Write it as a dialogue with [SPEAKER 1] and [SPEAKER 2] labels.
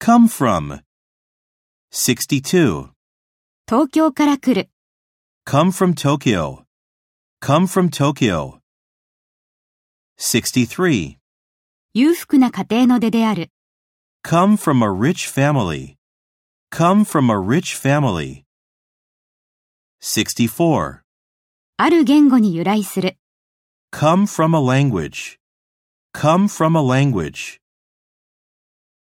[SPEAKER 1] come from? 62.
[SPEAKER 2] 東京から来る、
[SPEAKER 1] Come from Tokyo. Come from Tokyo. 63.
[SPEAKER 2] 裕福な家庭の出である、
[SPEAKER 1] Come from a rich family. Come from a rich family. 64.
[SPEAKER 2] ある言語に由来する。
[SPEAKER 1] Come from a language. Come from a language.